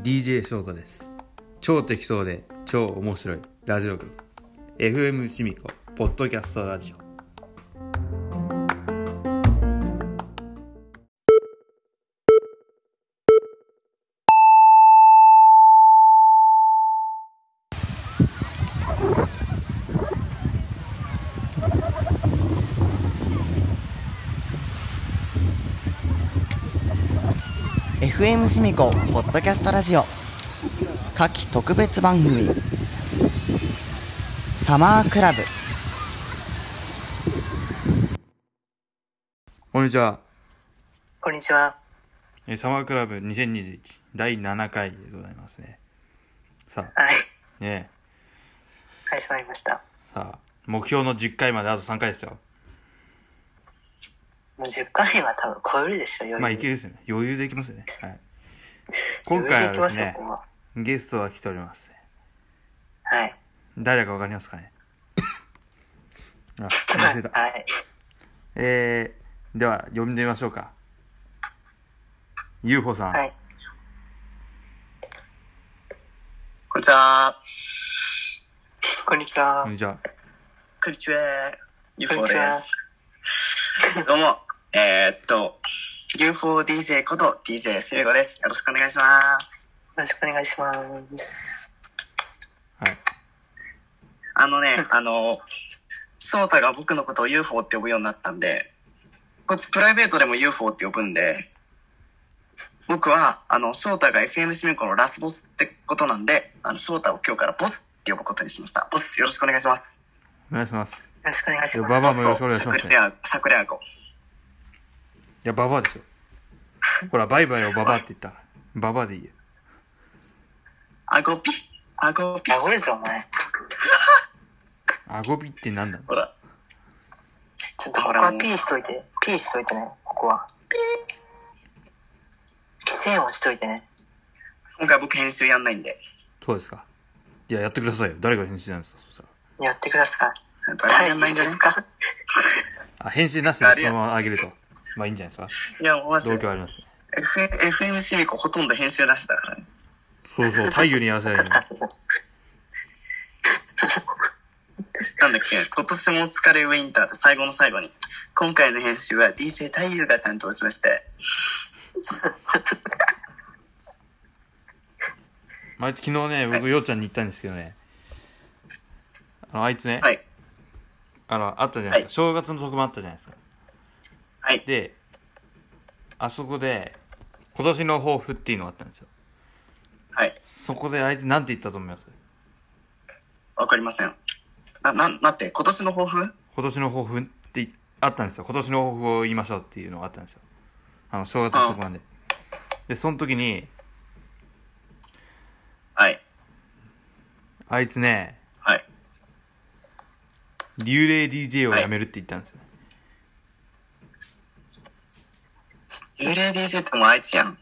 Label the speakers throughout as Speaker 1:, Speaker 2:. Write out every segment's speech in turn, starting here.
Speaker 1: DJ ショートです超適当で超面白いラジオ局 FM シミコポッドキャストラジオ
Speaker 2: 「FM シミコポッドキャストラジオ」夏季特別番組「サマークラブ
Speaker 1: こんにちは、
Speaker 3: こんにちは。
Speaker 1: えーサマークラブ2021第7回でございますねさあ
Speaker 3: はい。
Speaker 1: ね
Speaker 3: 始まりました。
Speaker 1: えさあ目標の10回まであと3回ですよ
Speaker 3: もう10回は多分超えるでしょ、余裕
Speaker 1: まあいけるですよね余裕でいきますよねはい今
Speaker 3: 余裕
Speaker 1: 回
Speaker 3: で
Speaker 1: はい
Speaker 3: き
Speaker 1: で
Speaker 3: ますすよ、
Speaker 1: ね
Speaker 3: ここは。
Speaker 1: ゲストが来ております
Speaker 3: はい。
Speaker 1: 誰かわかりますかねあ忘れた
Speaker 3: はい。
Speaker 1: えー、では呼んでみましょうか UFO さん、
Speaker 3: はい。こんにちは。こんにち
Speaker 1: こん
Speaker 3: は。
Speaker 1: にちは
Speaker 4: こんにちは。
Speaker 3: こん
Speaker 4: UFO
Speaker 3: に
Speaker 4: で
Speaker 3: ちは
Speaker 4: す。どうも、えー、っと、UFODJ こと DJ すみこです。よろしくお願いします。
Speaker 3: よろしくお願いします。
Speaker 1: はい
Speaker 4: あのね、 あの、翔太が僕のことを UFO って呼ぶようになったんで、こいつプライベートでも UFO って呼ぶんで、僕は、あの、翔太が FM シミコのラスボスってことなんで、あの、翔太を今日からボスって呼ぶことにしました。ボス、よろしくお願いします。
Speaker 1: お願いします
Speaker 3: よろしくお願いし
Speaker 1: いや
Speaker 3: ま
Speaker 1: バ
Speaker 3: す。
Speaker 1: バアもよろしくお願いしま
Speaker 4: シ
Speaker 1: す
Speaker 4: ャク
Speaker 1: ね
Speaker 4: レア、シャクレア語。
Speaker 1: いやババアですよほらバイバイをババアって言ったらババアでいいよ
Speaker 4: アゴピ、アゴピ。
Speaker 3: あ、ごめんぞ、お前。
Speaker 1: アゴビってなんだろ
Speaker 4: ほら。
Speaker 3: ちょっとここはピーしといて。ピーしといてね、ここは。ピー。規制音しといてね。
Speaker 4: 今回僕編集やんないんで。
Speaker 1: うそうですかいややってくださいよ誰が編集なんですかそしたら
Speaker 3: やってください。
Speaker 4: 誰もやんないんじゃない
Speaker 3: ですか
Speaker 1: あ編集なしでそのまま上げるとまあいいんじゃないです
Speaker 4: いや、マジ
Speaker 1: か
Speaker 4: で
Speaker 1: 同。居ありますね
Speaker 4: F- FM シミコほとんど編集なしだからね。
Speaker 1: そうそう太陽にやらせないように
Speaker 4: なんだっけ、今年もお疲れウィンターって最後の最後に。今回の編集は DJ 太夫が担当しまして。
Speaker 1: まあ、昨日ね僕ようちゃんに言ったんですけどねあのあいつね、
Speaker 4: はい。
Speaker 1: あのあったじゃないですか、
Speaker 4: はい
Speaker 1: 正月の特番あったじゃないですか
Speaker 4: はい。
Speaker 1: であそこで今年の抱負っていうのがあったんですよ
Speaker 4: はい。
Speaker 1: そこであいつなんて言ったと思います
Speaker 4: わかりません。な、な、待って、今年の抱負
Speaker 1: 今年の抱負ってあったんですよ今年の抱負を言いましょうっていうのがあったんですよあの正月の特番ででその時に
Speaker 4: はい。
Speaker 1: あいつね
Speaker 4: はい。
Speaker 1: 幽霊 DJ をやめるって言ったんですよ、
Speaker 4: 幽霊 DJ ってもうあいつやん。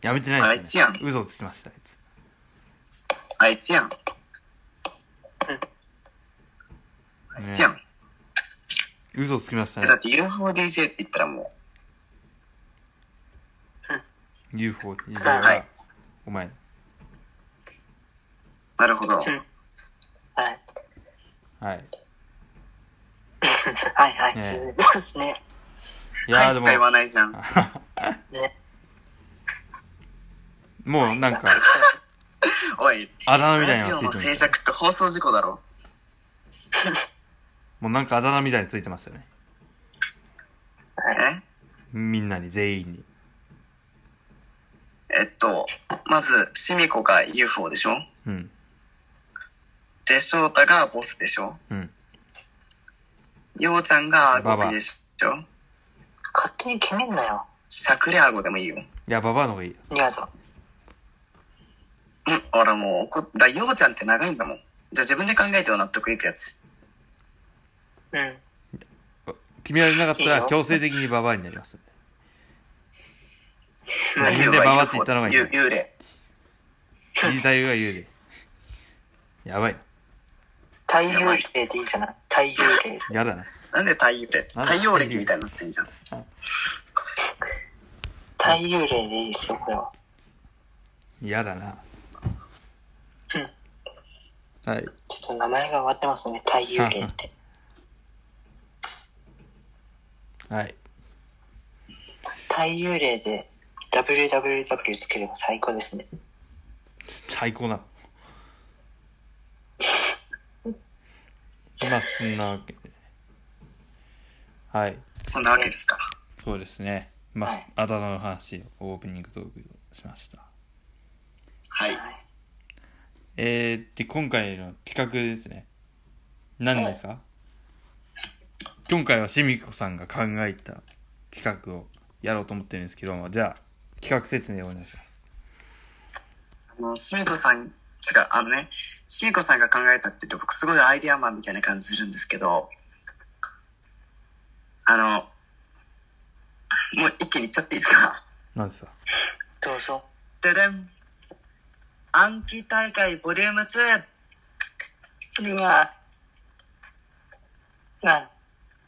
Speaker 1: やめてないです、ね、
Speaker 4: あいつ
Speaker 1: 嘘をつきましたあいつ
Speaker 4: あいつやん。あいつやん。
Speaker 1: ね、嘘をつきましたね
Speaker 4: だって UFODJ って言ったらも
Speaker 1: UFO DJ
Speaker 4: は
Speaker 1: はいお前
Speaker 4: う、なるほど。
Speaker 3: はい。
Speaker 1: はい
Speaker 3: はいはい、
Speaker 1: ね
Speaker 3: 続いてますね。
Speaker 1: いや
Speaker 4: はい
Speaker 1: ー
Speaker 4: しか言わ
Speaker 1: で
Speaker 4: ないじゃん。
Speaker 1: ももうなんか
Speaker 4: おい、
Speaker 1: あだ名みた
Speaker 4: ラ
Speaker 1: いな
Speaker 4: ジ
Speaker 1: の
Speaker 4: オ
Speaker 1: が
Speaker 4: の
Speaker 1: ついてます
Speaker 4: 制作って放送事故だろ。
Speaker 1: もうなんかあだ名みたいについてますよね
Speaker 4: え
Speaker 1: みんなに全員に
Speaker 4: えっと、まず、シミコが UFO でしょ
Speaker 1: うん
Speaker 4: で、翔太がボスでしょ
Speaker 1: うん
Speaker 4: ようちゃんがアゴビでしょ
Speaker 3: 勝手に決めんなよ。
Speaker 4: しゃくれアゴでもいいよ。
Speaker 1: いやババアの方がいいよ
Speaker 3: ニアゾ。
Speaker 4: うん、俺もう怒っだ、ようちゃんって長いんだもん。じゃあ自分で考えては納得いくやつ。
Speaker 3: うん。
Speaker 1: 君はいなかった
Speaker 3: いい
Speaker 1: ら
Speaker 3: よ
Speaker 1: 強制的にババアになります
Speaker 4: まあ
Speaker 1: 自分で
Speaker 4: UFO
Speaker 1: ババって言ったのがいいね
Speaker 4: ゆ幽霊。
Speaker 1: 自治体が言うでやばい
Speaker 3: 太陽霊でいいじゃない。太陽霊。
Speaker 1: やだな
Speaker 4: なんで太陽霊
Speaker 1: なんで
Speaker 4: 太陽暦みたいになってんじゃん。
Speaker 3: 太陽霊でいいですよ、これは。
Speaker 1: 嫌だな。はい。
Speaker 3: ちょっと名前が終わってますね、太幽霊って。
Speaker 1: はい。
Speaker 3: 太幽霊で WWW つければ最高ですね。
Speaker 1: 最高な。まあ、そんなわけで。はい。
Speaker 4: そんなわけですか。
Speaker 1: そうですね。ま
Speaker 3: はい
Speaker 1: あ、あだ名の話をオープニングトークしました。
Speaker 4: はい。
Speaker 1: えー、で、今回の企画ですね。何ですか今回はしみこさんが考えた企画をやろうと思ってるんですけども、じゃあ、企画説明をお願いします。
Speaker 4: あの、しみこさん、違う、あのね、しみこさんが考えたって言うと、僕すごいアイデアマンみたいな感じするんですけど、あの、もう一気に言っちゃっていいですか
Speaker 1: 何ですか
Speaker 3: どうぞ。
Speaker 4: ででん暗記大会ボリューム2
Speaker 3: うわなん、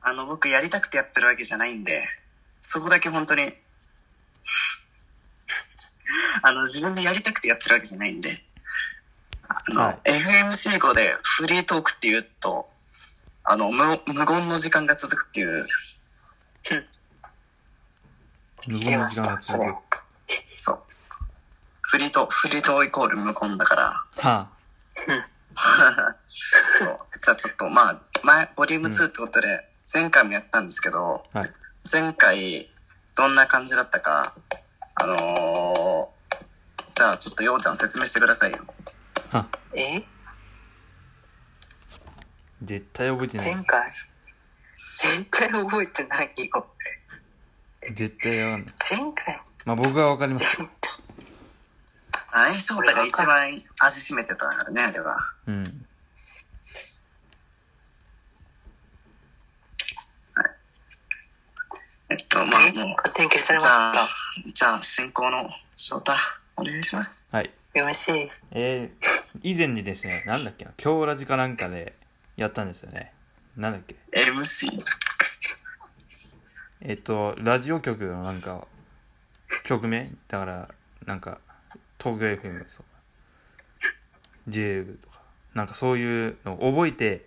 Speaker 4: あの僕やりたくてやってるわけじゃないんでそこだけ本当に あの自分でやりたくてやってるわけじゃないんであの、
Speaker 1: はい
Speaker 4: FM シリコでフリートークっていうとあの無無言の時間が続くっていう
Speaker 1: 無
Speaker 3: 来て
Speaker 1: 言の
Speaker 3: まし
Speaker 1: 時間が
Speaker 3: た、そ
Speaker 1: 続
Speaker 3: れ
Speaker 1: く。。は
Speaker 4: そうフリートフリートイコール無言だから
Speaker 1: あ、
Speaker 4: そうじゃあちょっとまあ前ボリューム2ってことで前回もやったんですけど、
Speaker 1: はい。
Speaker 4: 前回どんな感じだったかあのー、じゃあちょっとようちゃん説明してくださいよ
Speaker 1: はあ、
Speaker 3: え
Speaker 1: 絶対覚えてない
Speaker 3: 前。回絶対覚えてないよ。
Speaker 1: 絶対わかんない。
Speaker 3: 前回
Speaker 1: まあ、僕はわかります。
Speaker 4: 相性が一番味しめてたからねあれは
Speaker 1: うん。
Speaker 4: えっとまあ
Speaker 3: え
Speaker 4: もう
Speaker 3: 勝手に消され
Speaker 4: じ
Speaker 3: まし
Speaker 4: ゃ
Speaker 3: た
Speaker 4: あ。じゃあ進行の翔太お願いします
Speaker 1: はい。
Speaker 3: よろしい。
Speaker 1: えー、以前にですね、なんだっけな、京ラジかなんかでやったんですよね。なんだっけ。
Speaker 4: MC
Speaker 1: えっと、ラジオ局のなんか、曲名だから、なんか、東京 FM とか、JF とか、なんかそういうのを覚えて、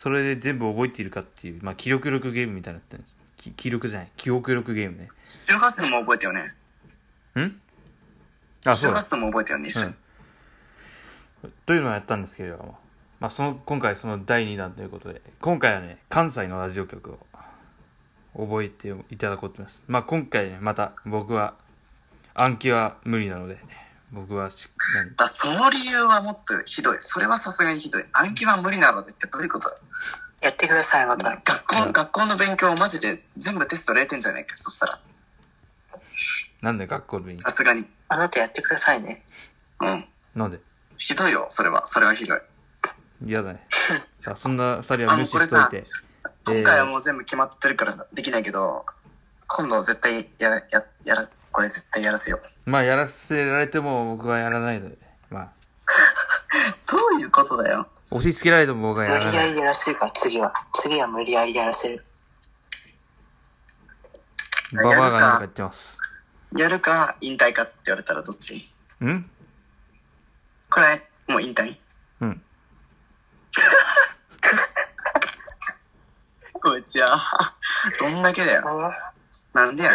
Speaker 1: それで全部覚えているかっていう、まあ、記録力ゲームみたいになってるんです。き記録じゃない、記憶力ゲーム
Speaker 4: 周波数も覚えてよね
Speaker 1: ね。んあ、
Speaker 4: 周
Speaker 1: そう
Speaker 4: 波
Speaker 1: だ。
Speaker 4: 数も覚えてよね一緒に、
Speaker 1: うん、というのをやったんですけれども、まあ、その今回その第2弾ということで今回はね関西のラジオ局を覚えていただこうと思います、まあ、今回ねまた僕は暗記は無理なので僕はし
Speaker 4: だその理由はもっとひどいそれはさすがにひどい暗記は無理なのでってどういうことだ
Speaker 3: やってください、また。
Speaker 4: 学校学校の勉強マジで全部テスト0点じゃないかそしたら
Speaker 1: 何なんで学校の上に
Speaker 4: さすがに
Speaker 3: あなたやってくださいね。
Speaker 4: うん
Speaker 1: なんで
Speaker 4: ひどいよ、それは。それはひどい。
Speaker 1: 嫌だねさあそんな2人は無視しといて
Speaker 4: 今回はもう全部決まってるからできないけど、今度絶対やら、や、やら、これ絶対やらせよう。
Speaker 1: まあやらせられても僕はやらないので、まあ
Speaker 4: どういうことだよ。
Speaker 1: 押し付けられても僕はや
Speaker 3: 無
Speaker 1: らない
Speaker 3: 理やりやらせるから、次は。次は無理やりやらせる。
Speaker 1: ババアが何か言ってます
Speaker 4: やるか、引退かって言われたらどっち
Speaker 1: ん
Speaker 4: これ、もう引退
Speaker 1: うん
Speaker 4: こいつや。 どんだけだよ。
Speaker 3: あ
Speaker 4: なんでや。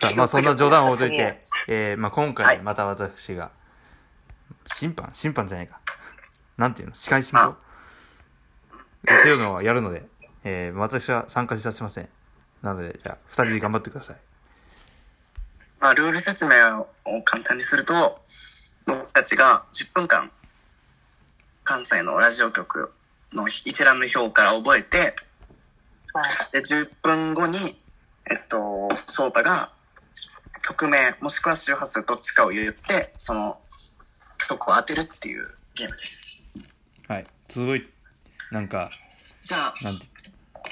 Speaker 1: さあまあそんな冗談を置いといて、 えーまあ、今回また私が、審判審判じゃないか。なんていうの司会進行
Speaker 4: あ
Speaker 1: っていうのはやるので、えー私は参加させません。なので、じゃあ、二人で頑張ってください。
Speaker 4: まあ、ルール説明を簡単にすると、僕たちが10分間、関西のラジオ局の一覧の表から覚えて、
Speaker 3: まあ、
Speaker 4: で、10分後に、えっと、翔太が曲名、もしくは周波数どっちかを言って、その曲を当てるっていうゲームです。
Speaker 1: はい。すごい、なんか、
Speaker 4: じゃあ、
Speaker 1: なんて、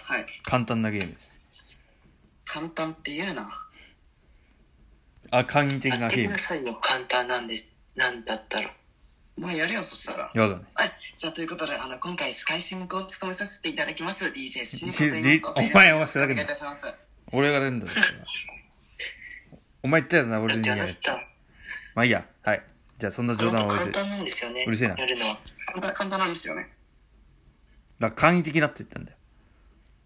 Speaker 4: はい。
Speaker 1: 簡単なゲームです。
Speaker 4: 簡単って言うな。
Speaker 1: あ、簡易的
Speaker 3: や
Speaker 1: な
Speaker 3: っ
Speaker 1: ゲ
Speaker 3: て
Speaker 1: ー
Speaker 3: く
Speaker 1: ム
Speaker 3: だ。さいよ、簡単なんで、なんだったら。
Speaker 4: まあ、やれよ、そしたら。
Speaker 1: やだね。
Speaker 4: はい。 じゃあ、ということで、あの、今回、司会進行を務めさせていただきます、DJ シミコと
Speaker 1: し
Speaker 4: 言います。
Speaker 1: お前お前ふ
Speaker 4: お
Speaker 1: ざけん
Speaker 4: 願い
Speaker 1: ない
Speaker 4: たします。
Speaker 1: 俺が出るんだよ。それはお前言ったよな、俺
Speaker 3: だっ
Speaker 1: に
Speaker 3: て
Speaker 1: や
Speaker 3: あ
Speaker 1: れ
Speaker 3: な
Speaker 1: って。
Speaker 3: た、
Speaker 1: まあいいや。はい。じゃあそんな冗談
Speaker 3: 本当
Speaker 1: を置いて。だ
Speaker 3: 簡
Speaker 1: か
Speaker 3: 単なんですよね。
Speaker 1: うるせえな
Speaker 3: やるのは。
Speaker 4: 簡単、簡単なんですよね。
Speaker 1: ら簡易的なって言ったんだよ。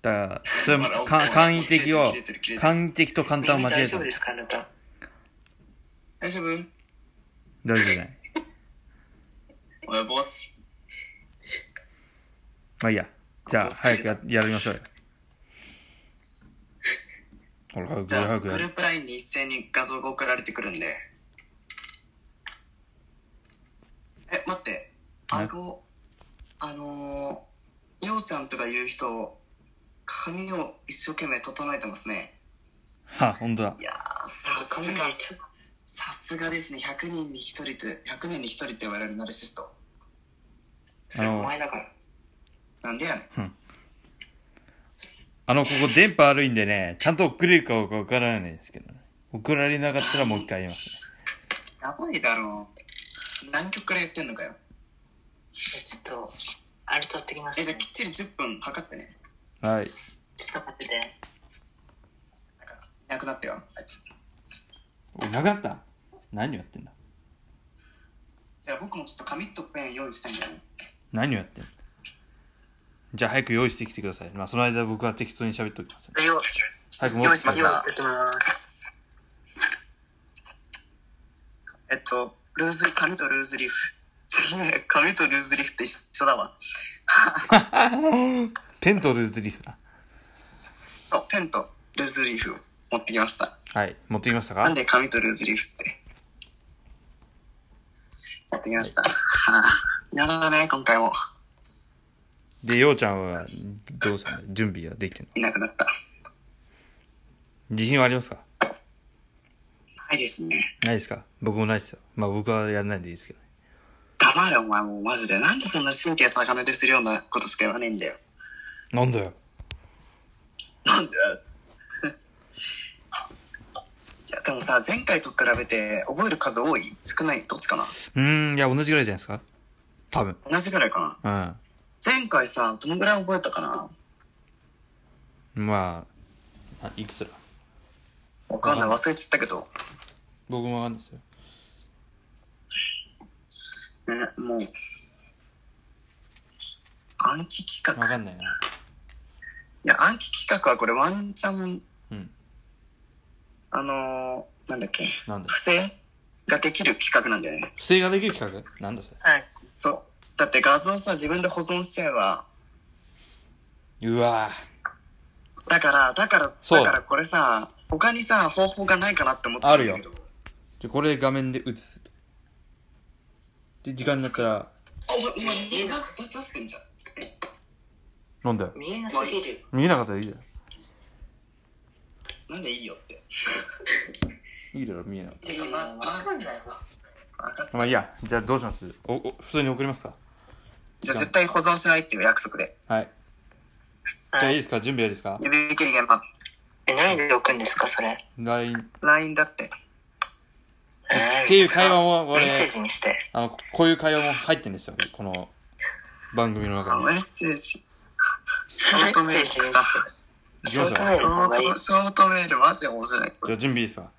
Speaker 1: だから、それも
Speaker 4: ほら
Speaker 1: か
Speaker 4: ほら
Speaker 1: 簡易的を
Speaker 4: 切れてる切れてる切れて、る
Speaker 1: 簡易的と簡単を間違え
Speaker 3: 大
Speaker 1: た
Speaker 3: 丈夫。ですかあなた。
Speaker 4: 大丈夫
Speaker 1: 大丈夫じゃない。
Speaker 4: おい、ボス。
Speaker 1: まあいいや。じゃあ、早くや、やりましょうよ。ほら、早く、
Speaker 4: じゃあ、
Speaker 1: 早く
Speaker 4: グ
Speaker 1: や
Speaker 4: ル
Speaker 1: る。
Speaker 4: ープラインに一斉に画像が送られてくるんで。え、待って。あの、あのー、ようちゃんとかいう人、髪を一生懸命整えてますね。
Speaker 1: は、ほんとだ
Speaker 4: い。やー、さすが、さすがですね。100人に1人と、100人に1人って言われるナルシスト。
Speaker 3: それお前だから。
Speaker 4: なんでやねん。
Speaker 1: あの、ここ電波悪いんでね、ちゃんと送れるかどうかわからないんですけどね。送られなかったらもう一回やりますね。
Speaker 4: やばいだろう。何曲からやってんのかよ。
Speaker 3: ちょっと、あれ取ってきます、
Speaker 4: え、
Speaker 3: ね。
Speaker 4: じゃあきっちり10分測ってね。
Speaker 1: はい。
Speaker 3: ちょっと待ってて。
Speaker 4: なんかいなくなったよ。あいつ
Speaker 1: お、なくなった何をやってんだ
Speaker 4: じゃあ僕もちょっと紙とペン用意したいんだよね。
Speaker 1: 何をやってんのじゃあ早く用意してきてください。まあ、その間僕は適当に喋っておきますね。
Speaker 4: 用意
Speaker 1: 早く持
Speaker 4: 用
Speaker 1: っ
Speaker 4: 意
Speaker 1: てき
Speaker 4: してま
Speaker 1: く
Speaker 4: し
Speaker 1: ださ。
Speaker 4: た
Speaker 3: 取ってきます。
Speaker 4: えっと、ルーズ、紙とルーズリーフ。 紙とルーズリーフって一緒だわ。
Speaker 1: い。ペンとルーズリーフだ。
Speaker 4: そう、ペンとルーズリーフを持ってきました。
Speaker 1: はい。持ってきましたか
Speaker 4: なんで紙とルーズリーフって。持ってきました。はぁ、やだね、今回も。
Speaker 1: で、ようちゃんは、どうしたの準備はできてんの
Speaker 4: いなくなった。
Speaker 1: 自信はありますか
Speaker 4: はいですね。
Speaker 1: ないですか僕もないですよ。まあ僕はやらないでいいですけどね。
Speaker 4: 黙れお前もうマジでなんでそんな神経逆なでするようなことしか言わねえんだよ
Speaker 1: なんだよ。
Speaker 4: なんでいやでもさ前回と比べて覚える数多い少ないどっちかな
Speaker 1: うーん、いや、同じぐらいじゃないですか多分。
Speaker 4: 同じぐらいかな
Speaker 1: う。
Speaker 4: 前回さどのぐらい覚えたかなん
Speaker 1: まあ、あいくつだ
Speaker 4: わかんない忘れちゃったけど
Speaker 1: 僕もわかんないですよ。
Speaker 4: ねもう暗記企
Speaker 1: わ
Speaker 4: 画
Speaker 1: か
Speaker 4: い
Speaker 1: んないな。
Speaker 4: や暗記企画はこれワンチャン
Speaker 1: うん。
Speaker 4: あのー、なんだっけ
Speaker 1: なんだ
Speaker 4: 不正ができる企画なんだよね
Speaker 1: 不正ができる企画なんだそれ。
Speaker 4: はいそうだって画像さ自分で保存しちゃえば
Speaker 1: うわ
Speaker 4: だから、だから、
Speaker 1: そう
Speaker 4: だからこれさ、他にさ、方法がないかなって思ってたんだけど
Speaker 1: あるよ。じゃ、これ画面で映す。で、時間になったら、
Speaker 4: あ、お前、今、出す、出してんじゃん。
Speaker 1: なんだよ。
Speaker 3: 見えなすぎる。
Speaker 1: 見えなかったらいいだろ。
Speaker 4: なんでいいよって。
Speaker 1: いいだろ、見えなかって。
Speaker 4: か、ま、まず、分かった
Speaker 1: まあいいや、じゃあどうしますお、お、普通に送りますか
Speaker 4: じゃあ絶対保存しないっていう約束で。
Speaker 1: はい。じゃあいいですか準備はいいですか
Speaker 4: 指切りが、ま、
Speaker 3: え、何で置くんですか、それ。
Speaker 1: ?LINE。っ
Speaker 4: LINE だって。
Speaker 3: え
Speaker 1: ていう会話も、
Speaker 3: メ
Speaker 1: 俺
Speaker 3: ッ、セージにして。
Speaker 1: あの、こういう会話も入ってんですよ。この番組の
Speaker 4: あ、
Speaker 1: 中
Speaker 4: メ
Speaker 1: に。
Speaker 4: ッセージ。ショートメールさ。
Speaker 1: いきますよ。じ
Speaker 3: メッセージ
Speaker 4: ショート、ショートメールマジで面白い。
Speaker 1: ゃあ準備いいですか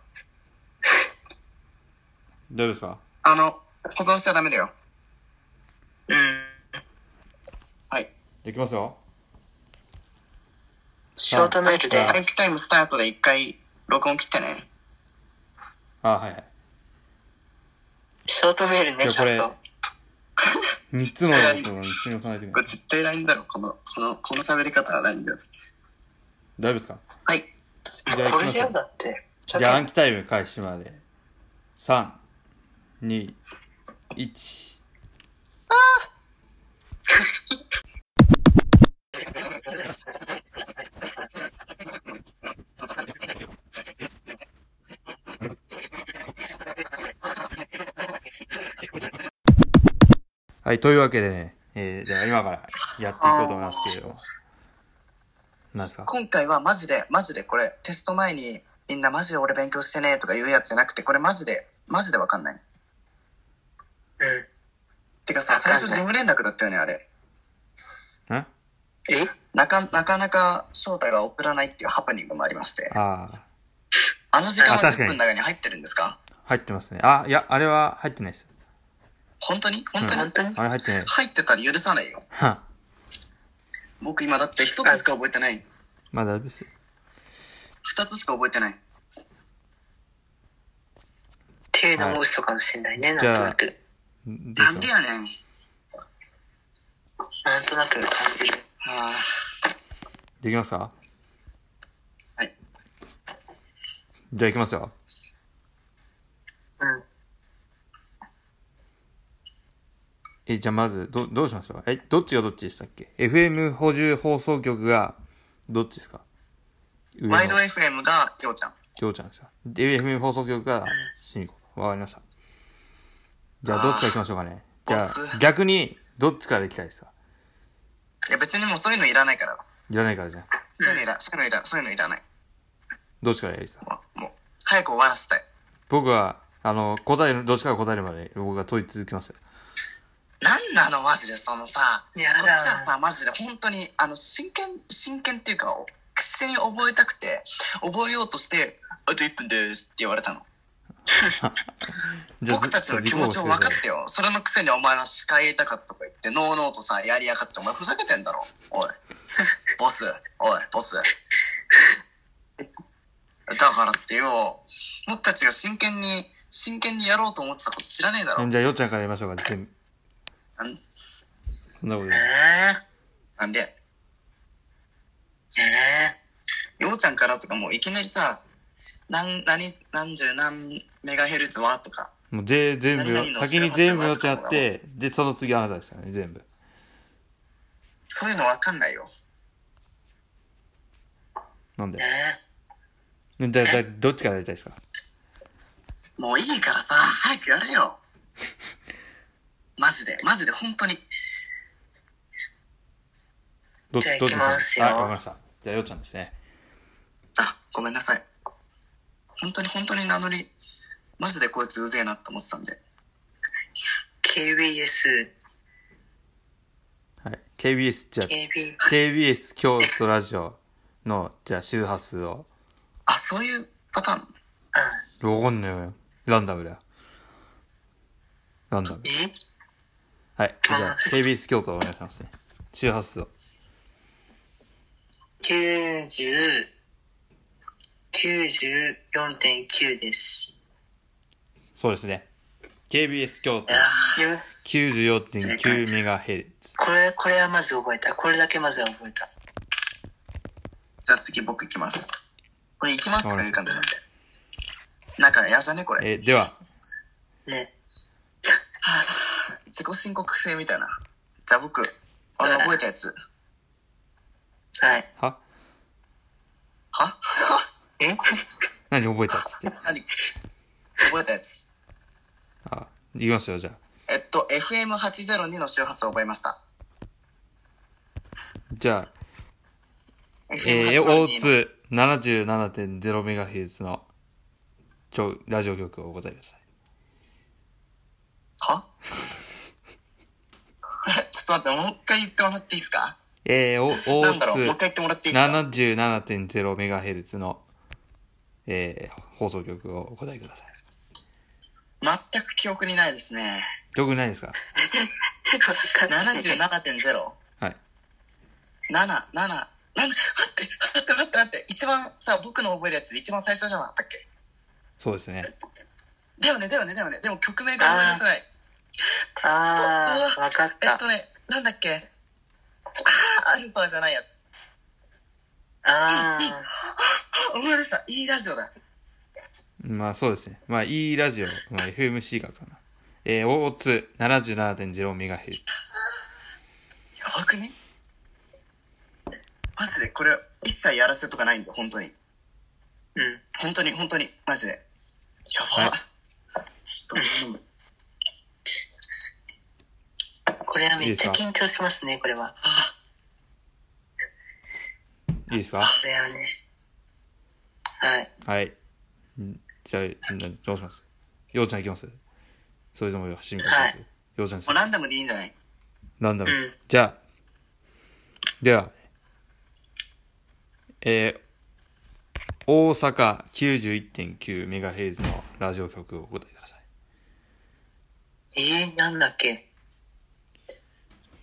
Speaker 1: 大丈夫ですか
Speaker 4: あの、保存しちゃダメだよ。
Speaker 3: うん。
Speaker 4: はい。
Speaker 1: できますよ。
Speaker 3: ショートメールで。
Speaker 1: あ
Speaker 4: タイプタイムスタートで一回、録音切ってね。
Speaker 1: あ、はいはい。
Speaker 3: ショートメールね、ち
Speaker 1: じゃあこれ
Speaker 3: ゃんと。
Speaker 1: 三つのやつを一緒に押さないといけ
Speaker 4: こ
Speaker 1: ない。
Speaker 4: れ絶対 LINE だろ、この、この、この喋り方は LINE だよ。
Speaker 1: 大丈夫ですか
Speaker 4: はい。
Speaker 1: じゃあ行き
Speaker 3: こ
Speaker 1: ま
Speaker 3: れ
Speaker 1: す
Speaker 3: じゃ
Speaker 1: よ
Speaker 3: ん。だって。
Speaker 1: じゃあ暗記タイム開始まで。三、二、一。はい、というわけでね、えー、じゃあ今からやっていこうと思いますけれども。何ですか
Speaker 4: 今回はマジで、マジでこれ、テスト前にみんなマジで俺勉強してねえとか言うやつじゃなくて、これマジで、マジでわかんない。
Speaker 3: うん。
Speaker 4: てかさ、最初事務連絡だったよね、あれ。
Speaker 1: ん
Speaker 3: え
Speaker 4: なか、なかなか翔太が送らないっていうハプニングもありまして。
Speaker 1: あ
Speaker 4: あの時間
Speaker 1: あ
Speaker 4: は
Speaker 1: 確
Speaker 4: 10
Speaker 1: かに
Speaker 4: 分の中に入ってるんですか
Speaker 1: あ、入ってますね。あ、いや、あれは入ってないです。
Speaker 4: 本当に本当に、
Speaker 3: 本当に
Speaker 1: あれ入ってない です。
Speaker 4: 入ってたら許さないよ。
Speaker 1: は
Speaker 4: 僕今だって一つしか覚えてない。
Speaker 1: まあ大丈夫ですよ。
Speaker 4: 二つしか覚えてない。
Speaker 3: 程度も嘘かもしれないね、
Speaker 1: じゃ
Speaker 3: な
Speaker 1: あ
Speaker 3: んとなく。
Speaker 1: んどう
Speaker 4: な
Speaker 1: し
Speaker 4: ん
Speaker 1: ま
Speaker 4: ですやねん。
Speaker 3: なんとなく感じる。
Speaker 4: あ
Speaker 1: できますか
Speaker 4: あ、はい。
Speaker 1: じゃあ行きますよ。
Speaker 3: うん。
Speaker 1: え、じゃあまず、ど、どうしましょうえ、どっちがどっちでしたっけ ?FM 補充放送局が、どっちですか上の
Speaker 4: ワイド FM がようちゃん。
Speaker 1: りょうちゃんですかで、FM 放送局が、しにこ。わかりました。じゃあどっちから行きましょうかね。じゃ
Speaker 4: ボス
Speaker 1: あ、逆に、どっちから行きたいですか
Speaker 4: いや別にもうそういうのいらないから。
Speaker 1: いらないからじゃん。
Speaker 4: そういうのいら、そういうのいら、そういうのいらない。
Speaker 1: どっちからやりますか
Speaker 4: もう、もう早く終わらせたい。
Speaker 1: 僕は、あの、答える、どっちから答えるまで、僕が問い続けますよ。
Speaker 4: なんなのマジでそのさ、
Speaker 3: やだ
Speaker 4: こっちはさ、マジで本当に、あの、真剣、真剣っていうか、口に覚えたくて、覚えようとして、あと1分ですって言われたの。
Speaker 1: じゃあ
Speaker 4: 僕たちの気持ちを分かってよ。それのくせにお前は司会得たかとか言って、ノーノーとさ、やりやがって、お前ふざけてんだろ。おい。ボス、おい、ボス。だからってよ、僕たちが真剣に、真剣にやろうと思ってたこと知らねえだろ。
Speaker 1: じゃあ、ようちゃんからやりましょうか、全部。
Speaker 4: なん
Speaker 1: そんなこと
Speaker 3: え
Speaker 1: ない。
Speaker 4: なんで、
Speaker 3: ええ
Speaker 4: ようちゃんからとかもういきなりさ、何、何、何十何メガヘルツはとか、
Speaker 1: もう、ぜ全部
Speaker 4: 何々の、
Speaker 1: 先に全部よっちゃんやって、で、その次あなたですからね、全部。
Speaker 4: そういうのわかんないよ。
Speaker 1: なんで
Speaker 3: え。
Speaker 1: じゃあ、じゃあどっちからやりたいですか
Speaker 4: もういいからさ、早くやれよ。マジで、マジで、本当に。
Speaker 1: どっ
Speaker 3: じゃあ
Speaker 1: ち、どっち
Speaker 3: 行きますよ
Speaker 1: はい、わかりました。じゃあ、ようちゃんですね。
Speaker 4: あ、ごめんなさい。本当に本当に名乗り、マジでこいつうぜえなって思ってたんで。
Speaker 3: KBS、
Speaker 1: はい。KBS、じゃあ、
Speaker 3: KB、
Speaker 1: KBS 京都ラジオの、じゃあ、周波数を。
Speaker 4: あ、そういうパターン
Speaker 1: わかんないよ。ランダムだよ。ランダム。
Speaker 3: G?
Speaker 1: はい。じゃあ、KBS 京都お願いしますね。周波数を。
Speaker 3: 90、94.9です。
Speaker 1: そうですね。KBS 京都
Speaker 3: よし。
Speaker 1: 94.9MHz。
Speaker 3: これ、これはまず覚えた。これだけまずは覚えた。
Speaker 4: じゃあ次僕行きます。これ行きますと
Speaker 1: わ
Speaker 4: か
Speaker 1: かりま
Speaker 4: 言う感じなんで。なんか嫌じゃねこれ。
Speaker 1: えーでは、
Speaker 3: ね。
Speaker 4: 自己申告制みたいな。じゃあ僕、俺覚えたやつ。
Speaker 3: はい。
Speaker 1: は
Speaker 4: は
Speaker 3: え
Speaker 1: 何覚えたっつって。
Speaker 4: 何覚えたやつ。
Speaker 1: あ、いきますよ、じゃあ。
Speaker 4: えっと、FM802 の周波数を覚えました。
Speaker 1: じゃあ、えー、
Speaker 4: FM802 の。
Speaker 1: O277.0MHz の、ちょ、ラジオ局をお答えください。
Speaker 4: は ちょっと待って、もう一回言ってもらっていいですか
Speaker 1: えー、O、
Speaker 4: なんだろう、もう一回言ってもらっていいですか
Speaker 1: O277.0MHz の、えー、放送局をお答えください。
Speaker 4: 全く記憶にないですね。
Speaker 1: よくないですか
Speaker 4: 77.0。7、7、7、
Speaker 1: はい。
Speaker 4: なん待って、待って、待って、待って。一番さ、僕の覚えるやつで一番最初じゃなかったっけ
Speaker 1: そうですね。
Speaker 4: だよね、だよね、だよね。でも曲名が思い出せない。
Speaker 3: あー、わかっ
Speaker 4: え
Speaker 3: た
Speaker 4: っと。ね、なんだっけあーアルファじゃないやつ。
Speaker 3: あー。
Speaker 4: あ思い出した。いいラジオだ。
Speaker 1: まあそうですね。まあいいラジオ、まあ、FMC がかな。えー、O277.0MHz。
Speaker 4: やばくねマジで、これ、一切やらせとかないんだよ、本当に。
Speaker 3: うん。
Speaker 4: 本当に、本当に、マジで。やば。
Speaker 1: はい
Speaker 4: ちょっと頼む、
Speaker 3: これはめっちゃ緊張しますね、これは。
Speaker 1: いいですか
Speaker 3: これはね。はい。
Speaker 1: はい。んじゃあ、などうしますようちゃんいきますそれともよ、しみ
Speaker 3: は
Speaker 1: ます
Speaker 3: い
Speaker 1: ようちゃんです
Speaker 4: もうランダムでいいんじゃない
Speaker 1: なんだろう
Speaker 3: うん。
Speaker 1: じゃあ、では、え大阪 91.9MHz のラジオ局をお答えください。
Speaker 3: えー、なんだっけ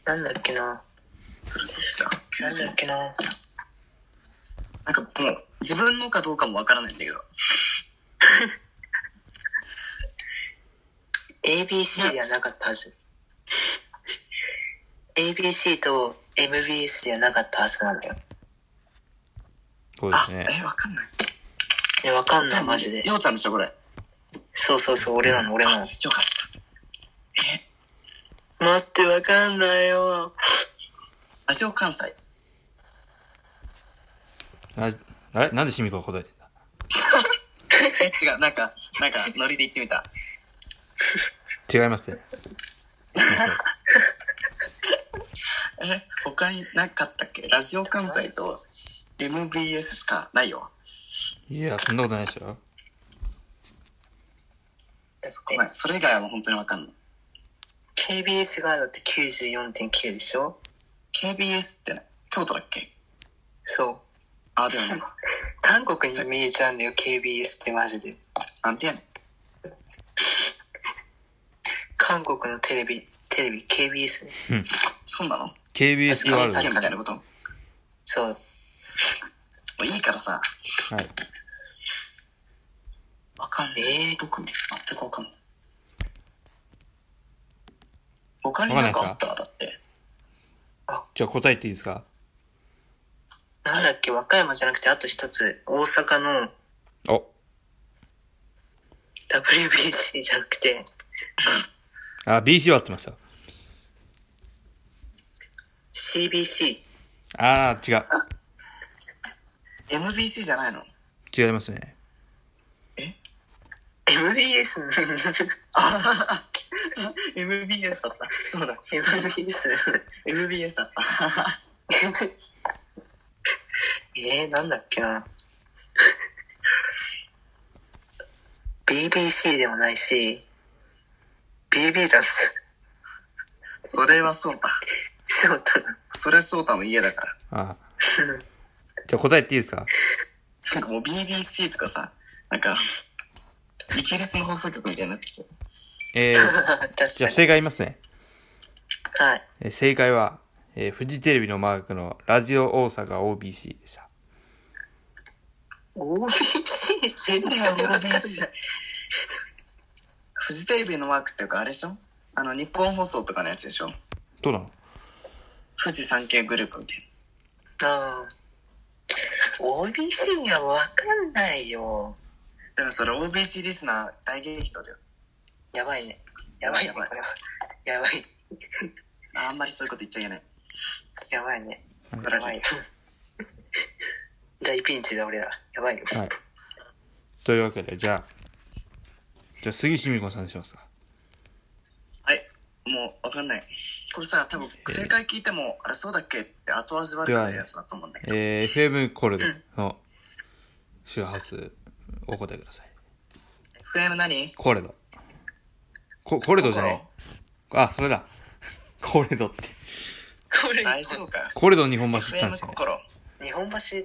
Speaker 3: なんだっけな
Speaker 4: それどっちだ
Speaker 3: なんだっけな
Speaker 4: なんかもう、自分のかどうかもわからないんだけど。
Speaker 3: ABC ではなかったはず。ABC と MBS ではなかったはずなんだよ。
Speaker 1: そうで
Speaker 4: あ
Speaker 1: す、ね。
Speaker 4: え、わかんない。
Speaker 3: え、わかんない、マジで。
Speaker 4: ようちゃんでしょ、これ。
Speaker 3: そうそうそう、俺なの、俺
Speaker 4: あ、
Speaker 3: なの
Speaker 4: よかっ。
Speaker 3: 待って、わかんないよ。
Speaker 4: た。ラジオ関西。
Speaker 1: ラジあれなんでシミコが答えてんだ
Speaker 4: え、違う、なんか、なんか、ノリで言ってみた。
Speaker 1: 違いますね。
Speaker 4: え、他になかったっけラジオ関西と MBS しかないよ。
Speaker 1: いや、そんなことないでしょ。
Speaker 4: そこまで。それ以外はもう本当にわかんない。
Speaker 3: KBS がだって94.9でしょ
Speaker 4: KBS ってね、京都だっけ
Speaker 3: そう。
Speaker 4: あ、でもなんか、
Speaker 3: 韓国に見えちゃうんだよ、KBS ってマジで。
Speaker 4: なんてやねん。
Speaker 3: 韓国のテレビ、テレビ、KBS ね。
Speaker 4: そうなの
Speaker 1: KBS ワールド。
Speaker 4: ?KBS みたいなことも
Speaker 3: そう。
Speaker 4: ういいからさ、
Speaker 1: はい。
Speaker 4: わかんない。えー、僕も全くわかんない。他になんかあっただって。
Speaker 1: じゃあ答えていいですか
Speaker 3: なんだっけ、和歌山じゃなくて、あと一つ、大阪の
Speaker 1: お、
Speaker 3: WBC じゃなくて、
Speaker 1: あ、BC は合ってました。
Speaker 3: CBC。
Speaker 1: あー、違
Speaker 4: MBC じゃないの
Speaker 1: う。違いますね。
Speaker 3: MBS の
Speaker 4: MBS だった。そうだ。
Speaker 3: MBS。
Speaker 4: MBS だった。
Speaker 3: えー、なんだっけな。BBC でもないし、BB だす。
Speaker 4: それはそうだ。
Speaker 3: 仕事だ。
Speaker 4: それそうだの家だから。
Speaker 1: あーじゃあ答えていいですか
Speaker 4: なんかもう BBC とかさ、なんか、イギリスの放送局みたいになってきて。
Speaker 1: えー、
Speaker 3: 確か
Speaker 1: じゃあ
Speaker 3: に。
Speaker 1: 正解言いますね。
Speaker 3: はい。
Speaker 1: えー正解は、えーフジテレビのマークのラジオ大阪 OBC でした。
Speaker 3: OBC 全
Speaker 4: 然わかんないフジテレビのマークっていうかあれでしょあの、日本放送とかのやつでしょ
Speaker 1: どうなの
Speaker 4: 富士山系グループみたいな。
Speaker 3: ああ。OBC がわかんないよ。
Speaker 4: でもそれ OBC リスナー大激怒だよ。
Speaker 3: やばいね。やばいね、
Speaker 4: やばい
Speaker 3: これは。やばい。
Speaker 4: ああんまりそういうこと言っちゃいけない。
Speaker 3: やばいね。
Speaker 4: 怒ら
Speaker 3: や
Speaker 4: れ
Speaker 3: ば
Speaker 4: る
Speaker 3: い。大ピンチだ、俺ら。やばいよ。
Speaker 1: はい。というわけで、じゃあ、じゃあ杉しみこさんにしますか。
Speaker 4: はい。もうわかんない。これさ、多分正解聞いても、あれそうだっけって後味悪くなるやつだと思うんだけど。
Speaker 1: えー、FM コルドの周波数お答えください。
Speaker 4: FM 何
Speaker 1: コレド。コ、コレドじゃない。あ、それだ。コレドって。
Speaker 3: これ
Speaker 4: 大丈夫か
Speaker 1: コレド日本橋行ったんで
Speaker 4: ?FM
Speaker 1: すよね。
Speaker 4: 心。
Speaker 3: 日本橋じ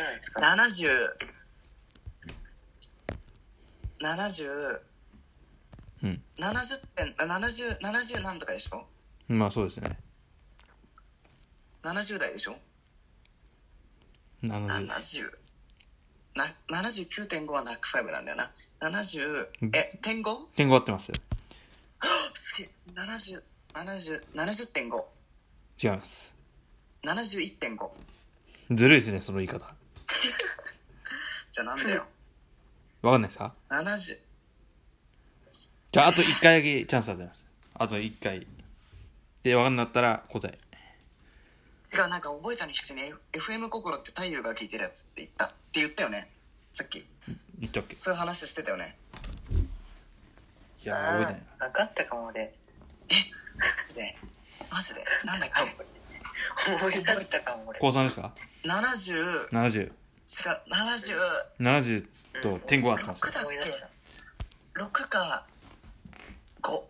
Speaker 3: ゃないですか。
Speaker 4: 70。70。
Speaker 1: うん。
Speaker 4: 70点、あ70、70何とかでしょ
Speaker 1: まあそうですね。
Speaker 4: ?70 代でしょ
Speaker 1: 70。
Speaker 4: ?70。な、79.5はナックファイブなんだよな。70、え、点 5?
Speaker 1: 点5合ってますよ。
Speaker 4: すげえ。70、70、70.5。
Speaker 1: 違います。
Speaker 4: 71.5。
Speaker 1: ずるいですね、その言い方。
Speaker 4: じゃあなんだよ。
Speaker 1: わかんないですか
Speaker 4: 70。
Speaker 1: じゃあ、あと1回だけチャンスあります。あと1回。で、わかんなかったら答え。
Speaker 4: てか、なんか覚えたの必死に FM 心って太陽が聞いてるやつって言った。って言ったよね。さっき。
Speaker 1: 言っちゃっけい
Speaker 4: そういう話してたよね。
Speaker 1: やー、覚えてないな。
Speaker 3: 分かったかも俺。 えね
Speaker 4: マジで。なんだっけ
Speaker 3: 思い出したかも俺。
Speaker 1: 高3ですか
Speaker 4: ?70、
Speaker 1: ?70。
Speaker 4: 違う、70、
Speaker 1: 70と点5合ってますよ。
Speaker 4: 6
Speaker 3: 思い
Speaker 4: だ
Speaker 3: 出
Speaker 4: っ
Speaker 3: した。
Speaker 4: け ?6 か5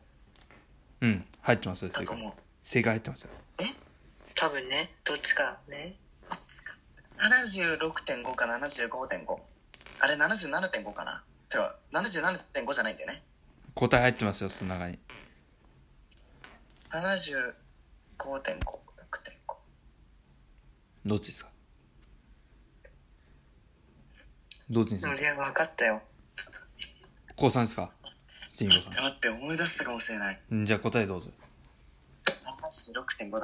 Speaker 1: うん、入ってますよ、
Speaker 4: だ
Speaker 1: 正
Speaker 4: と
Speaker 1: 解。
Speaker 4: 思う。
Speaker 1: 正解入ってますよ。
Speaker 4: え
Speaker 3: 多分ね、どっちかね。
Speaker 4: どっちか。 76.5か75.5。あれ、77.5かな違う、77.5じゃないんだよね。
Speaker 1: 答え入ってますよ、その中に。
Speaker 4: 75.5、6.5。
Speaker 1: どっちですかどっちにする
Speaker 4: いや、分かったよ。
Speaker 1: 高3ですかジンコさ
Speaker 4: 待って、思い出したかもしれない。
Speaker 1: ん。じゃあ答えどうぞ。
Speaker 4: 76.5だ。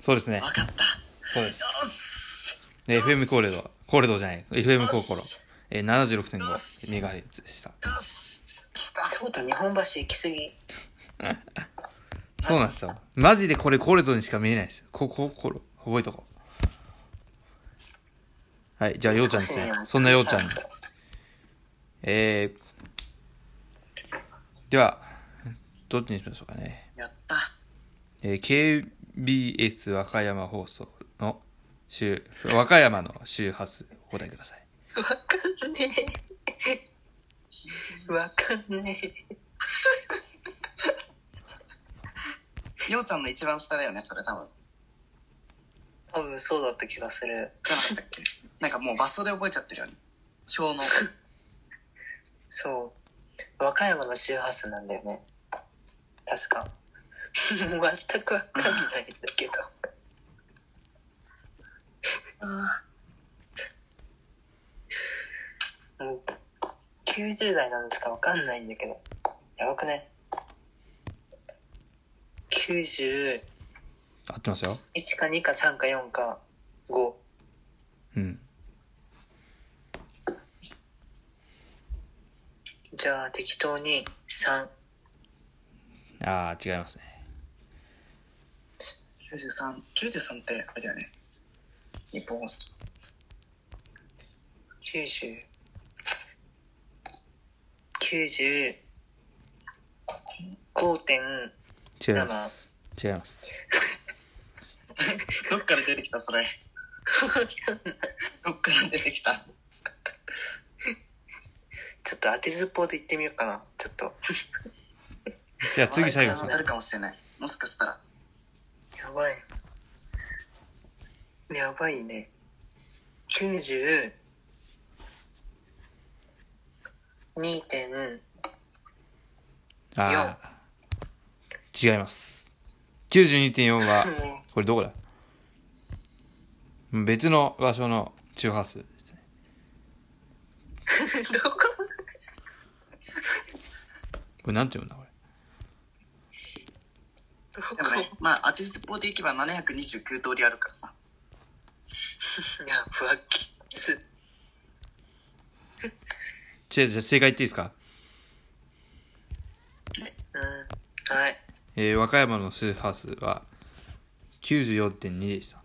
Speaker 1: そうですね。
Speaker 4: 分かった。
Speaker 1: そうです。
Speaker 4: よ
Speaker 1: えー
Speaker 4: し
Speaker 1: FM コーレド、コーレドじゃない、FM コーコロ。えー、76.5
Speaker 4: し
Speaker 1: メガヘルツでした。
Speaker 4: よし来た
Speaker 3: そうと日本橋行き過ぎ。
Speaker 1: そうなんですよ。マジでこれコーレドにしか見えないです。ここ、コロ。覚えとこう。はい、じゃあ、ようちゃんですね。そんなようちゃんに。えー、では、どっちにしましょうかね。
Speaker 4: やった。
Speaker 1: えー KBS 和歌山放送の週、和歌山の周波数、お答えください。
Speaker 3: わかんね え。わかんねえ。
Speaker 4: ようちゃんの一番下だよね、それ多分。
Speaker 3: 多分そうだった気がする。
Speaker 4: じゃなかったっけ なんかもう場所で覚えちゃってるよね。小の。
Speaker 3: そう。和歌山の周波数なんだよね。確か。 全くわかんないんだけど。ああ。もう、90代なのしかわかんないんだけど。やばくない ?91
Speaker 1: 合ってますよ。
Speaker 3: か2か3か4か5。
Speaker 1: うん。
Speaker 3: じゃあ適当に3。
Speaker 1: あー、違いますね。
Speaker 4: 93、93ってあれだよね。日本放送。
Speaker 3: 90。90。5.7
Speaker 1: 違います。違います。
Speaker 4: どっから出てきたそれ。どっから出てきた
Speaker 3: ちょっと当てずっぽうで言ってみようかな。ちょっと。
Speaker 1: じゃあ次、最
Speaker 4: まだ一
Speaker 1: 後です
Speaker 4: 番当たる
Speaker 1: ね。
Speaker 4: かもしれない。もしかしたら。
Speaker 3: やばい。やばいね。92.8
Speaker 1: あー、違います。92.4は、これどこだ別の場所の周波数ですね。
Speaker 3: どこ
Speaker 1: これなんて読むんだ、これ。
Speaker 4: でも ね、まあ、当てずっぽうでいけば729通りあるからさ。
Speaker 3: やばきつ。
Speaker 1: じゃあ、じゃあ正解言っていいですか
Speaker 3: うん。はい。
Speaker 1: えー、和歌山の周波数は94.2でした。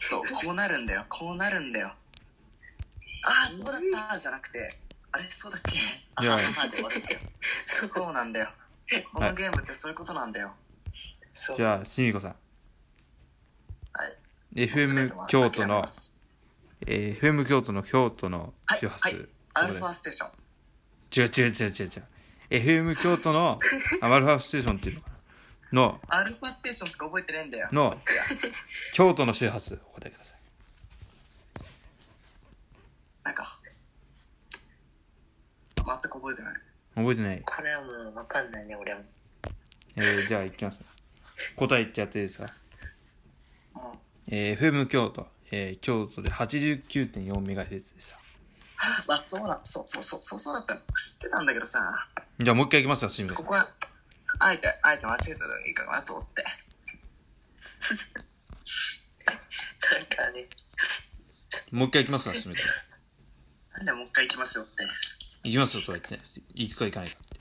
Speaker 4: そう、こうなるんだよ。こうなるんだよ。ああ、そうだったじゃなくて、あれ、そうだっけあ
Speaker 1: いや
Speaker 4: あ、まあで終わるんだよ。そうなんだよ。こ
Speaker 1: は
Speaker 4: の
Speaker 1: い
Speaker 4: ゲームってそういうことなんだよ。
Speaker 3: そう
Speaker 1: じ。ゃあ、しみこさん。
Speaker 4: はい。
Speaker 1: FM 京都の、えー FM 京都の京都の
Speaker 4: はい、
Speaker 1: 周波
Speaker 4: は
Speaker 1: 数。
Speaker 4: い。アルファステーション。
Speaker 1: 違う違う違う違う違う。FM 京都 のアマルファステーションっていうのかなの、
Speaker 4: アルファステーションしか覚えてねえんだよ。
Speaker 1: の、京都の周波数、お答えください。
Speaker 4: なんか、全く覚えてない。
Speaker 1: 覚えてない。
Speaker 3: これはもうわかんないね、俺も。
Speaker 1: えー、じゃあ、行きます。答え言っちゃっていいですか
Speaker 4: もう、
Speaker 1: えー FM 京都、えー京都で 89.4MHz でした。
Speaker 4: まあ、そうだ、そうそうそう、そうそうだったの。知ってたんだけどさ、
Speaker 1: じゃあ、もう一回行きますよ、しみこさ
Speaker 4: こ
Speaker 1: ん。
Speaker 4: こは、あえて、あえて間違えたらいいかなと思って。
Speaker 3: なんかね、
Speaker 1: もう一回行きますよ、しみこさん。
Speaker 4: なんでもう一回行きますよって。
Speaker 1: 行きますよとは言ってないです行くか行かないかって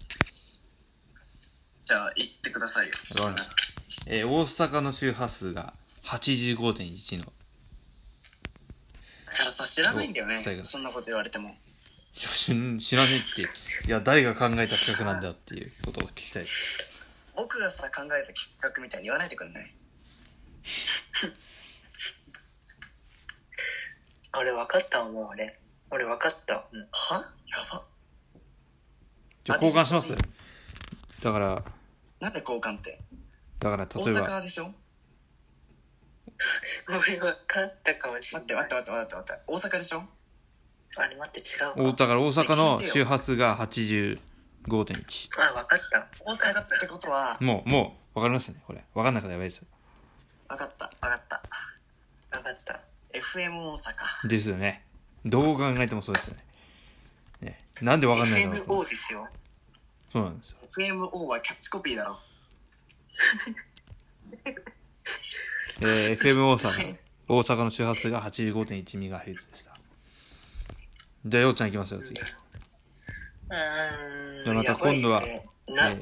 Speaker 4: じゃあ、行ってくださいよ。
Speaker 1: わかりましたえー大阪の周波数が85.1のよ
Speaker 4: だからさ、知らないんだよ
Speaker 1: そう
Speaker 4: ね。そんなこと言われても。
Speaker 1: し知らねえっていや誰が考えた企画なんだよっていうことを聞きたいです
Speaker 4: 僕がさ、考えた企画みたいに言わないでくんない
Speaker 3: 俺わかったわ、もう俺。俺わかった。うん。
Speaker 4: はやば。
Speaker 1: じゃあ交換しますだから
Speaker 4: なんで交換って。
Speaker 1: だから
Speaker 4: 大
Speaker 1: 例えば
Speaker 4: 阪でしょ
Speaker 3: 俺分かったかもしれ
Speaker 4: 待
Speaker 3: な
Speaker 4: っ
Speaker 3: い
Speaker 4: て待って待って待って待って。大阪でしょ
Speaker 3: あれ待って違
Speaker 1: お
Speaker 3: うわ
Speaker 1: だから大阪の周波数が85.1
Speaker 3: あ分かった
Speaker 4: 大阪ってことは、
Speaker 1: もうもう分かりますねこれ分かんなかったらやばいです
Speaker 4: わかった、わかった。
Speaker 3: 分かった
Speaker 4: FM 大阪。
Speaker 1: ですよねどう考えてもそうですよねねなんで分かんないのかと思う
Speaker 3: FMO ですよ
Speaker 1: そうなんですよ
Speaker 4: FMO はキャッチコピーだろ。
Speaker 1: えー FM 大阪大阪の周波数が 85.1MHz でしたじゃあようちゃんいきますよ次、
Speaker 3: うーん
Speaker 1: どなた
Speaker 3: やばい
Speaker 1: 今
Speaker 3: ね
Speaker 1: 度は
Speaker 3: な、
Speaker 1: えー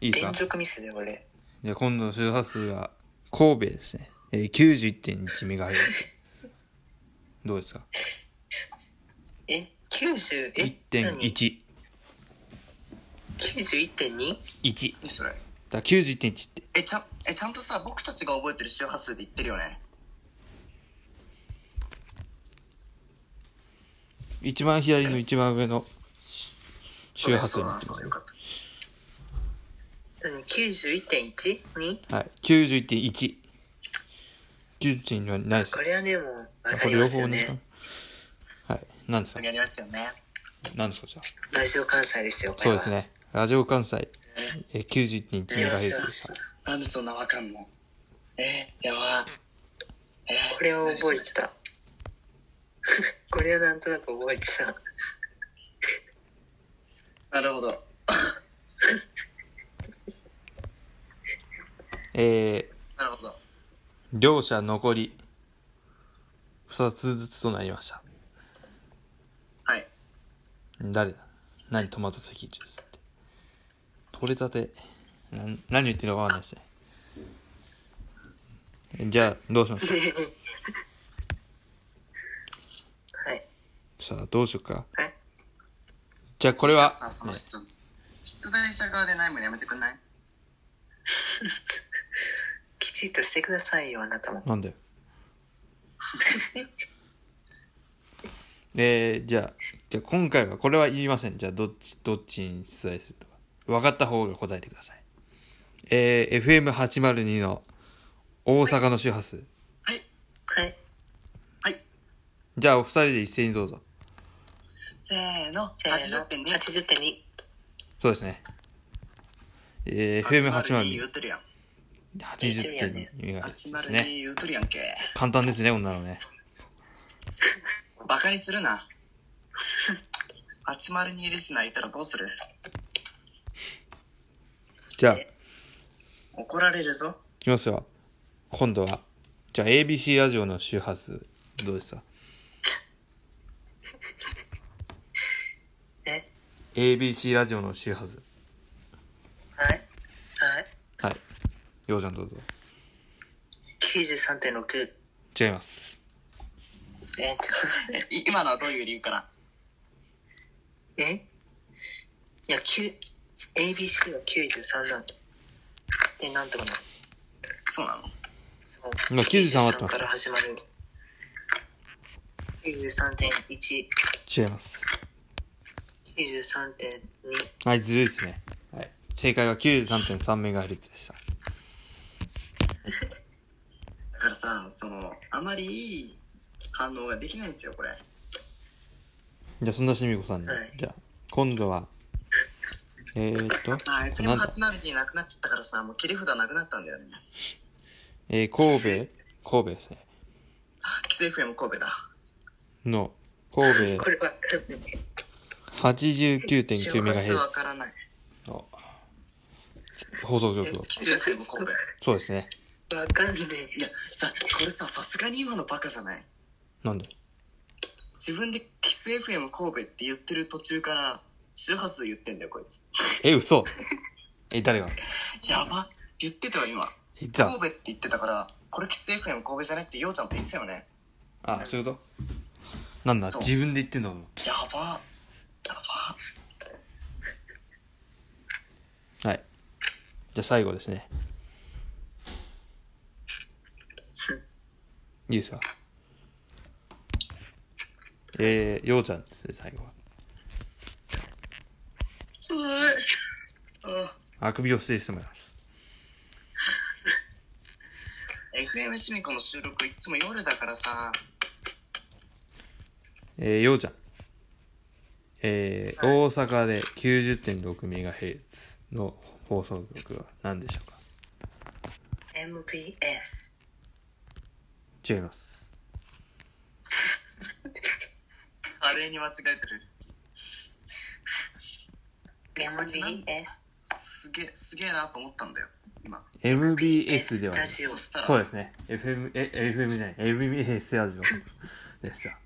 Speaker 1: いいです
Speaker 3: 連
Speaker 1: か
Speaker 3: 続ミスで俺
Speaker 1: じゃあ今度の周波数が神戸ですね。えー、91.1MHz。どうですか
Speaker 3: え九十え何
Speaker 1: ?1.1。
Speaker 3: 91.2?
Speaker 1: 1。だか
Speaker 4: 何それ。
Speaker 1: ら91.1って。
Speaker 4: え、ちゃん、え、ちゃんとさ、僕たちが覚えてる周波数で言ってるよね。
Speaker 1: 一番左の一番上の周波数
Speaker 4: そう
Speaker 1: に
Speaker 4: だ
Speaker 1: なってます。
Speaker 4: な、そうだ、よかった。
Speaker 3: 何 91.12?
Speaker 1: はい。91.1。90.2はないです
Speaker 3: こ。れはでも分か
Speaker 1: これ
Speaker 3: り
Speaker 1: 両
Speaker 3: ます
Speaker 1: 方
Speaker 3: よ
Speaker 1: ね
Speaker 3: ね。
Speaker 1: はい。何です
Speaker 4: そ
Speaker 1: か
Speaker 4: れやりますよね。
Speaker 1: 何ですかじゃあ。
Speaker 3: ラジオ関西ですよこれ
Speaker 1: そう
Speaker 3: は
Speaker 1: ですね。ラジオ関西、えー、91.1MHz でした。
Speaker 4: なんでそんなわかんのえー、やば。えー
Speaker 3: これを覚えてた これはなんとなく覚えてた
Speaker 4: なるほど。
Speaker 1: えー、
Speaker 4: なるほど。
Speaker 1: 両者残り2つずつとなりました。
Speaker 4: はい。
Speaker 1: 誰だ何トマト関ジュースって。取れたて。なん何言ってるのかわかんないですねえ。じゃあ、どうしますか
Speaker 3: はい
Speaker 1: さあ、どうしようか。
Speaker 3: はい
Speaker 1: じゃあ、これは、
Speaker 4: さ、その
Speaker 1: ね
Speaker 4: 質問。出題者側でないもんやめてくんない
Speaker 3: きちっとしてくださいよあなたも
Speaker 1: なんだよ。 えー、じゃあ、じゃあ今回はこれは言いません。じゃあ、どっち、どっちに出題するとか。分かった方が答えてください。えー、FM802 の大阪の周波数。
Speaker 4: はい。
Speaker 3: はい
Speaker 1: じゃあ、お二人で一斉にどうぞ。
Speaker 4: せーの。
Speaker 3: せーの
Speaker 4: 80.2。
Speaker 3: 80.2
Speaker 1: そうですね。えー、
Speaker 4: 言うてるやん。
Speaker 1: FM80280.2 がです
Speaker 4: 802
Speaker 1: ね。
Speaker 4: 言うてるやんけ。
Speaker 1: 簡単ですね、女のね。
Speaker 4: バカにするな。802リスナーいたらどうする
Speaker 1: じゃあ、い
Speaker 4: 怒られるぞ。
Speaker 1: きますよ。今度は、じゃあ ABC ラジオの周波数、どうでした ?ABC ラジオの周波数。
Speaker 3: はいはい
Speaker 1: はい。ようちゃんどうぞ。
Speaker 3: 93.6
Speaker 1: 違います。
Speaker 3: えーちょっと
Speaker 4: い今のはどういう理由から
Speaker 3: えいや、9、ABC は93なんだ。で、なんとかな。
Speaker 4: そうなの
Speaker 3: そ
Speaker 1: 今93は合ってます
Speaker 3: から始まる。93.1、
Speaker 1: 違います。
Speaker 3: 93.2。
Speaker 1: はい、ずるいですね。はい。正解は 93.3MHz でした。
Speaker 4: だからさ、その、あまりいい反応ができないんですよ、これ。
Speaker 1: じゃあ、そんなしみこさんに、
Speaker 3: はい
Speaker 1: じゃあ、今度は、えー、っと、
Speaker 4: さあ、
Speaker 1: これなんだ
Speaker 4: FM802 なくなっちゃったからさ、もう切り札なくなったんだよね。
Speaker 1: えー、神戸、神戸ですね。
Speaker 4: キス FM 神戸だ。
Speaker 1: の、神戸
Speaker 3: これわかんない。
Speaker 4: 周波数
Speaker 1: 89.9MHz
Speaker 4: わからない。
Speaker 1: の放送状況。
Speaker 4: キス FM 神戸。
Speaker 1: そうですね。
Speaker 3: わかんない。
Speaker 4: いや、さ、これさ、さすがに今のバカじゃない
Speaker 1: なんで
Speaker 4: 自分でキス FM 神戸って言ってる途中から、周波数言ってんだよ、こいつ。
Speaker 1: え、嘘え、誰が
Speaker 4: やば。言ってたよ、今。
Speaker 1: 言ってた
Speaker 4: 神戸って言ってたから、これキス FM 神戸じゃねって、ようちゃんと言ってたよね。
Speaker 1: あ、そういうことなんだ、
Speaker 4: そう
Speaker 1: 自分で言ってんだもん。
Speaker 4: やば。やば。
Speaker 1: はい。じゃあ最後ですね。いいですかえー、ようちゃんですね、最後は。
Speaker 4: うん
Speaker 1: あくびを失礼してもらいます。
Speaker 4: FM FM シミコの収録いつも夜だからさ。
Speaker 1: えー、ようちゃん。えー、大阪で 90.6MHz の放送局は何でしょうか
Speaker 3: MPS。
Speaker 1: 違います。
Speaker 4: あれに間違えてる。
Speaker 3: MBS。
Speaker 4: すげえ、すげえなと思ったんだよ。今。
Speaker 1: MBS ではな
Speaker 3: ラ
Speaker 1: い。
Speaker 3: ジオ
Speaker 4: そ。したら、
Speaker 1: そうですね。FM、え、FM じゃない。MBS ラジオでした。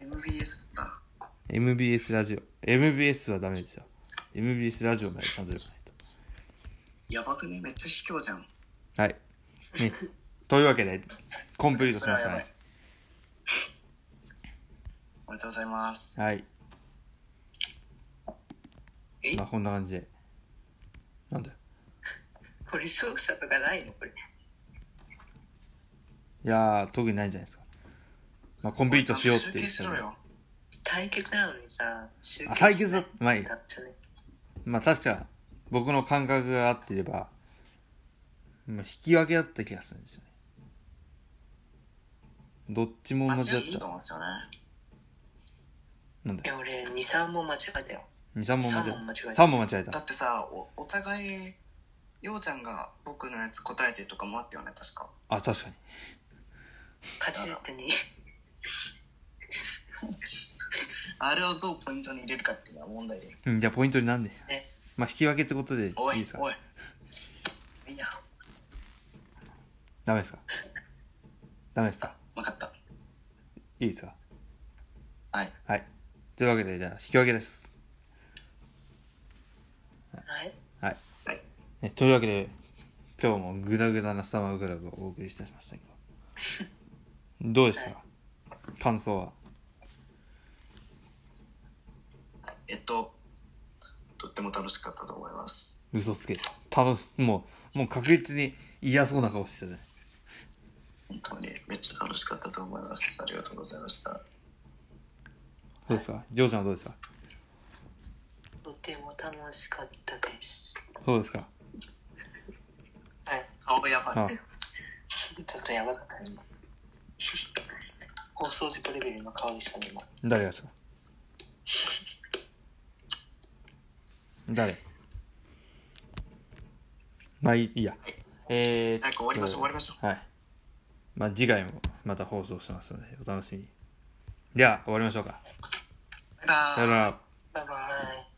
Speaker 4: MBS だった。
Speaker 1: MBS ラジオ。MBS はダメですよ。MBS ラジオまでちゃんと読
Speaker 4: やばくねめっちゃ卑怯じゃん。
Speaker 1: まないと。はい。ね。というわけで、コンプリートしましたね。
Speaker 4: おめでとうございます。
Speaker 1: はい
Speaker 3: え。
Speaker 1: まあ、こんな感じで。なんだよ。
Speaker 3: これ勝者とかないのこれ。
Speaker 1: いやー、特にないんじゃないですか。まあ、コンプリートしようって
Speaker 4: 集
Speaker 1: 言
Speaker 4: 計
Speaker 1: っ
Speaker 4: したろ
Speaker 1: ら。
Speaker 4: よ。
Speaker 3: 対決なのにさ、集
Speaker 1: あ対決だまあいい
Speaker 3: だったね
Speaker 1: まあ、確か、僕の感覚が合ってれば、まあ、引き分けだった気がするんですよね。どっちも
Speaker 4: 間
Speaker 1: 同じだ
Speaker 4: 違
Speaker 1: っ
Speaker 4: いいと
Speaker 1: た。
Speaker 4: 思うんですよね。
Speaker 1: なんだ
Speaker 3: い
Speaker 1: よ。
Speaker 3: や、俺、2、3問間違えたよ。
Speaker 1: 2、3問間
Speaker 3: 三問間
Speaker 1: 違
Speaker 3: 違え
Speaker 1: え
Speaker 3: た
Speaker 1: た。3問間違え
Speaker 4: だ
Speaker 1: た。
Speaker 4: ってさ、おお互い、ようちゃんが僕のやつ答えてとかもあったよね、確か。
Speaker 1: あ、確かに。
Speaker 3: 勝ちに。
Speaker 4: あれをどうポイントに入れるかっていうのは問題で。
Speaker 1: うん、じゃあポイントになんで。
Speaker 3: ね
Speaker 1: まあ、引き分けってことでいい
Speaker 4: おい、
Speaker 1: ですか
Speaker 4: おい。いや、
Speaker 1: ダメですかダメですか
Speaker 4: わかった。
Speaker 1: いいですか
Speaker 4: はい。
Speaker 1: はい。というわけで、じゃあ、引き分けです。
Speaker 3: はい。
Speaker 1: はい。
Speaker 4: はい。
Speaker 1: ね、というわけで、今日もグダグダなスタマークラブをお送りいたしましたけ ど。どうですか感想は。
Speaker 4: えっと、とっても楽しかったと思います。
Speaker 1: 嘘つけ。楽し、もう、もう確実に嫌そうな顔してたじゃない。
Speaker 4: 本当にめっちゃ楽しかったと思います。ありがとうございました。
Speaker 1: どうですかジョーちゃんはどうですか
Speaker 3: とても楽しかったです。
Speaker 1: そうですか
Speaker 3: はい。
Speaker 4: 顔がやば い。
Speaker 1: あ
Speaker 3: ちょっとやばかった、今。放送事故レベルの顔でしたね、今。
Speaker 1: 誰がですか誰まあいいいいや。えー、
Speaker 4: 早く終わりましょう終わりましょ
Speaker 1: う。はい。まあ次回もまた放送しますので、お楽しみに。では、終わりましょうか。
Speaker 4: バイバーイ
Speaker 1: さよなら。
Speaker 3: バイバイ。